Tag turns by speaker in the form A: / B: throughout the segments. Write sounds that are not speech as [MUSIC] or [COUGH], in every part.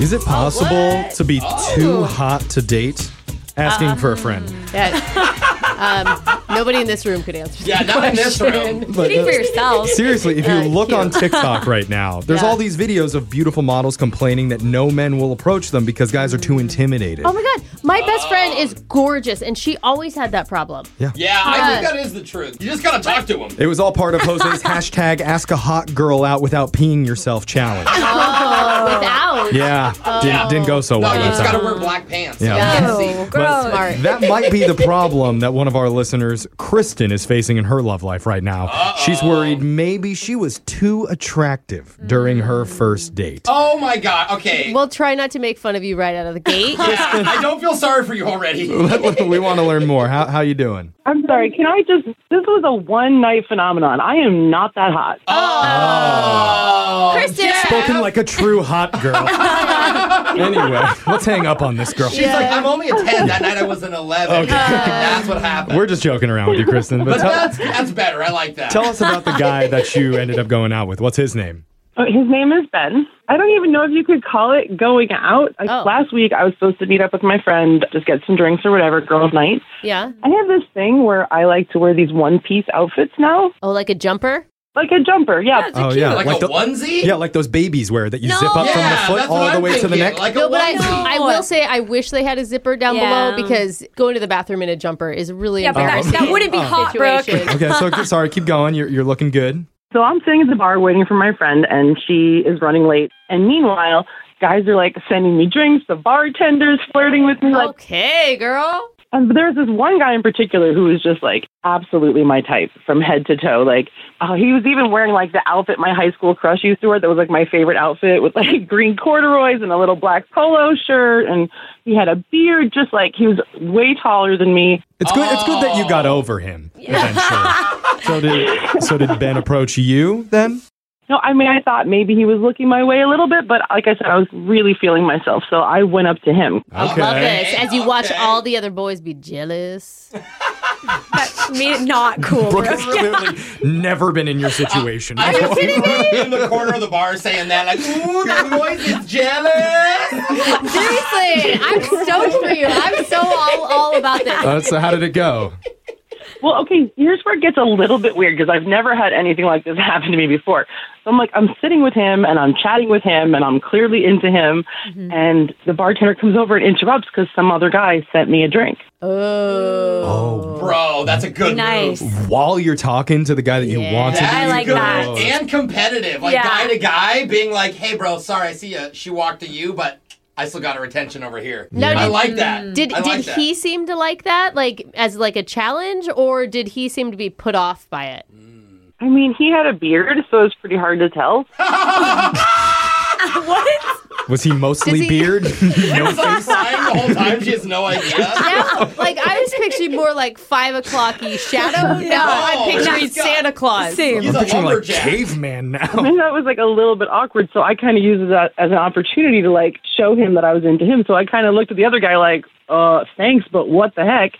A: Is it possible
B: what?
A: to be too hot to date? Asking for a friend.
C: That, um, nobody in this room could answer.
B: Yeah,
C: that
B: not in this room.
C: question.
A: But,
D: Speak for
A: uh,
D: yourself.
A: Seriously, if you
C: Uh,
A: look on
C: cute.
A: TikTok right now, there's
C: Yeah.
A: all these videos of beautiful models complaining that no men will approach them because guys are too intimidated.
C: [LAUGHS] Oh my god, my best friend is gorgeous, and she always had that problem.
A: yeah.
B: Yeah, I think
C: Yes.
B: that is the truth. You just gotta talk to him.
A: It was all part of Jose's hashtag ask a hot girl out without peeing yourself challenge.
B: Uh,
C: Without.
A: Yeah. Didn't, didn't go so
B: No,
A: well.
B: Oh, you
A: that
B: just gotta
A: time.
B: wear black pants.
A: Yeah.
B: You can't
C: No.
B: see.
D: Oh, Gross.
A: But
C: Smart.
A: that might be the problem that one of our listeners, Kristen, is facing in her love life right now. She's worried maybe she was too attractive during her first date. [LAUGHS]
B: Oh my god. Okay.
C: We'll uh, try not to make fun of you right out of the
B: [LAUGHS]
C: gate.
B: Yeah, [LAUGHS] I don't feel sorry for
A: [LAUGHS]
B: you already.
A: we want to learn more. How how you doing?
E: I'm sorry. Can I just? This was a one night phenomenon. I am not that hot.
B: Oh,
D: Kristen.
A: Spoken like a true hot girl. [LAUGHS] anyway, let's hang up on this girl.
B: She's like, I'm only a 10. That night I was an 11.
C: Uh,
B: That's what happened.
A: We're just joking around with you, Kristen. But
B: but
A: tell,
B: that's, that's better. I like that.
A: tell us about the guy that you ended up going out with. What's his name?
E: Uh, His name is Ben. I don't even know if you could call it going out. Like
C: Oh.
E: last week, I was supposed to meet up with my friend, just get some drinks or whatever, girls' night.
C: yeah.
E: I have this thing where I like to wear these one piece outfits now,
C: Oh, like a jumper?
E: like a jumper. Yeah.
D: They're
A: Oh,
D: cute.
A: yeah.
B: like,
A: like
B: a
A: the-
B: onesie?
A: Yeah, like those babies wear that you
D: No.
A: zip up
B: Yeah,
A: from the
B: that's
A: foot
B: what
A: all the
B: I'm
A: way to the
B: thinking,
A: neck.
B: Like a
C: No, but I,
B: onesie.
C: I will say I wish they had a zipper down
D: Yeah.
C: below because going to the bathroom in a jumper is really
D: Yeah, but that,
C: embarrassing. [LAUGHS]
D: that wouldn't be hot, Brooke.
C: situation.
D: [LAUGHS]
A: okay, so sorry, keep going. You're you're looking good.
E: So I'm sitting at the bar waiting for my friend, and she is running late. And meanwhile, guys are like sending me drinks. The bartender's flirting with me, like
C: Okay, girl.
E: Um, but there was this one guy in particular who was just like absolutely my type from head to toe. Like, oh, he was even wearing like the outfit my high school crush used to wear. That was like my favorite outfit with like [LAUGHS] green corduroys and a little black polo shirt. And he had a beard, just like he was way taller than me.
A: It's good. It's good that you got over him eventually. so did so did Ben approach you then?
E: No, I mean, I thought maybe he was looking my way a little bit, but like I said, I was really feeling myself. So I went up to him.
C: I love this. As you watch
B: Okay.
C: all the other boys be
B: [LAUGHS]
C: jealous.
D: That made it not cool,
A: Brooke
D: Brooke.
A: has clearly never been in your situation. [LAUGHS]
B: I
A: before.
B: was in the corner of the bar saying that, like,
C: [LAUGHS]
B: ooh, that voice is jealous.
C: Seriously, I'm stoked for you. I'm so all, all about this.
B: [LAUGHS]
A: Uh, so how did it go?
E: Well, okay, here's where it gets a little bit weird because I've never had anything like this [LAUGHS] happen to me before. So I'm like, I'm sitting with him and I'm chatting with him and I'm clearly into him. And the bartender comes over and interrupts because some other guy sent me a drink.
A: Oh,
B: Bro, that's a good
D: Nice.
B: move.
A: while you're talking to the guy that you
C: Yeah.
A: want to,
B: That's
D: I like
B: good.
D: that.
B: And competitive. Like,
D: Yeah.
B: guy to guy, being like, hey, bro, sorry, I see you. She walked to you, but I still got her attention over here.
C: Now,
B: I
C: did-
B: like that.
C: Did
B: I like
C: did
B: that. [LAUGHS]
C: he seem to like that, like as like a challenge, or did he seem to be put off by it?
E: I mean, he had a beard, so it's pretty hard to tell.
D: what?
A: uh, was he mostly
C: Does he-
A: beard? [LAUGHS] no
B: It's like crying the whole time. She has no idea.
C: Now, like I was picturing more like five o'clocky
B: [LAUGHS]
C: shadow. No, I'm picturing
B: he's got-
C: Santa Claus.
D: Same.
B: He's a
A: picturing like
B: lumberjack.
A: caveman now.
E: And that was like a little bit awkward, so I kind of used that as an opportunity to like show him that I was into him. So I kind of looked at the other guy like, uh, thanks, but what the heck?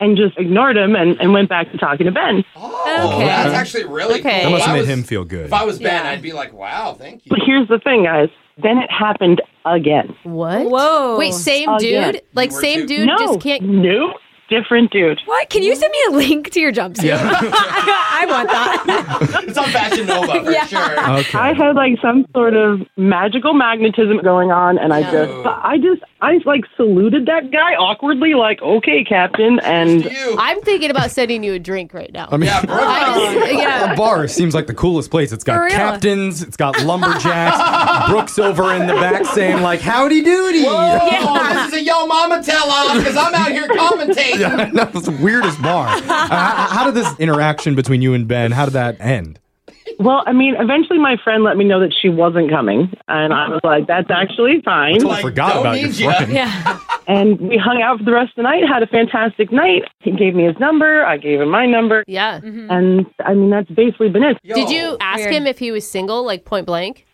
E: And just ignored him and, and went back to talking to Ben.
B: Oh,
D: Okay.
B: that's actually really
C: Okay. That
B: cool.
A: Must
B: If I
A: have made
B: was-
A: him feel good. [LAUGHS]
B: If I was Ben,
D: Yeah.
B: I'd be like, wow, thank you. [LAUGHS]
E: But here's the thing, guys. Then it happened again.
C: What?
D: Whoa.
C: Wait, same
E: Oh, yeah.
C: dude? Like
B: You were
C: same
B: too-
C: dude
E: no,
C: just can't
E: Nope. Different dude.
D: What? Can you send me a link to your jumpsuit? [LAUGHS] I want that.
B: It's on Fashion Nova for
D: Yeah.
B: sure.
A: [LAUGHS] Okay.
E: I had like some sort of magical magnetism going on, and I just, I just, I like saluted that guy awkwardly, like, okay, Captain, and
B: You.
C: I'm thinking about sending you a drink right now.
A: I mean, [LAUGHS]
B: Yeah, bro.
C: I just- [LAUGHS] yeah.
B: [LAUGHS]
A: a bar seems like the coolest place. It's
D: For
A: got
D: real.
A: captains, it's got lumberjacks. Brooks over in the back saying like, "Howdy doody."
B: Oh, this is a yo mama tell off because I'm out
A: [LAUGHS]
B: here commentating.
A: that was the weirdest bar. Uh, how, how did this interaction between you and Ben? How did that end?
E: well, I mean, eventually my friend let me know that she wasn't coming, and I was like, that's actually fine.
A: I
B: Like,
A: forgot
B: don't
A: about your
B: need ya.
A: friend.
D: yeah.
E: And we hung out for the rest of the night, had a fantastic night. He gave me his number, I gave him my number,
C: yeah.
E: and I mean, that's basically been it.
B: Yo.
C: Did you ask
D: Weird.
C: him if he was single, like point blank?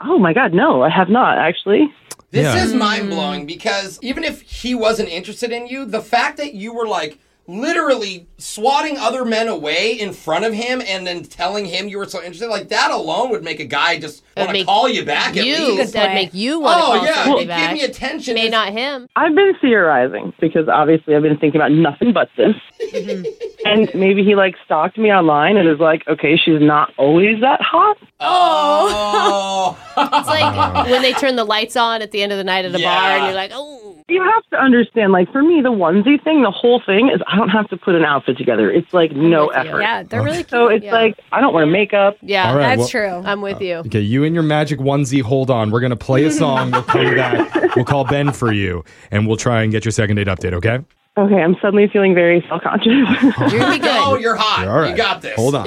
E: Oh my God, no, I have not actually.
B: This
A: Yeah.
C: Hmm.
B: is mind blowing because even if he wasn't interested in you, the fact that you were like, literally swatting other men away in front of him and then telling him you were so interested. Like that alone would make a guy just want to
C: make
B: call you back at
C: you
B: least.
C: that
D: point.
C: make you want to
B: Oh
C: call
B: yeah,
C: somebody
B: give
C: back.
B: me attention.
C: May
B: [LAUGHS] It's-
C: not him.
E: I've been theorizing because obviously I've been thinking about nothing but this.
C: Mm-hmm.
E: and maybe he like stalked me online and is like, okay, she's not always that hot.
C: [LAUGHS]
B: Oh,
C: It's like when they turn the lights on at the end of the night at a bar, and
B: Yeah.
C: you're like, oh,
E: You have to understand, like for me, the onesie thing, the whole thing is I don't have to put an outfit together. It's like no
C: with you.
E: effort.
D: Yeah, they're really cute.
E: So it's
C: Yeah.
E: like I don't wear makeup.
C: yeah,
A: All right, Uh,
D: That's
A: well-
D: true.
C: I'm with you.
A: Okay, you and your magic onesie, hold on. We're going to play a song. We'll come back. We'll call Ben for you, and we'll try and get your second date update, okay?
E: Okay, I'm suddenly feeling very self conscious.
A: [LAUGHS]
C: You're gonna be
B: [LAUGHS] oh,
C: good.
B: you're hot.
A: All right.
B: [LAUGHS] You got this.
A: Hold on.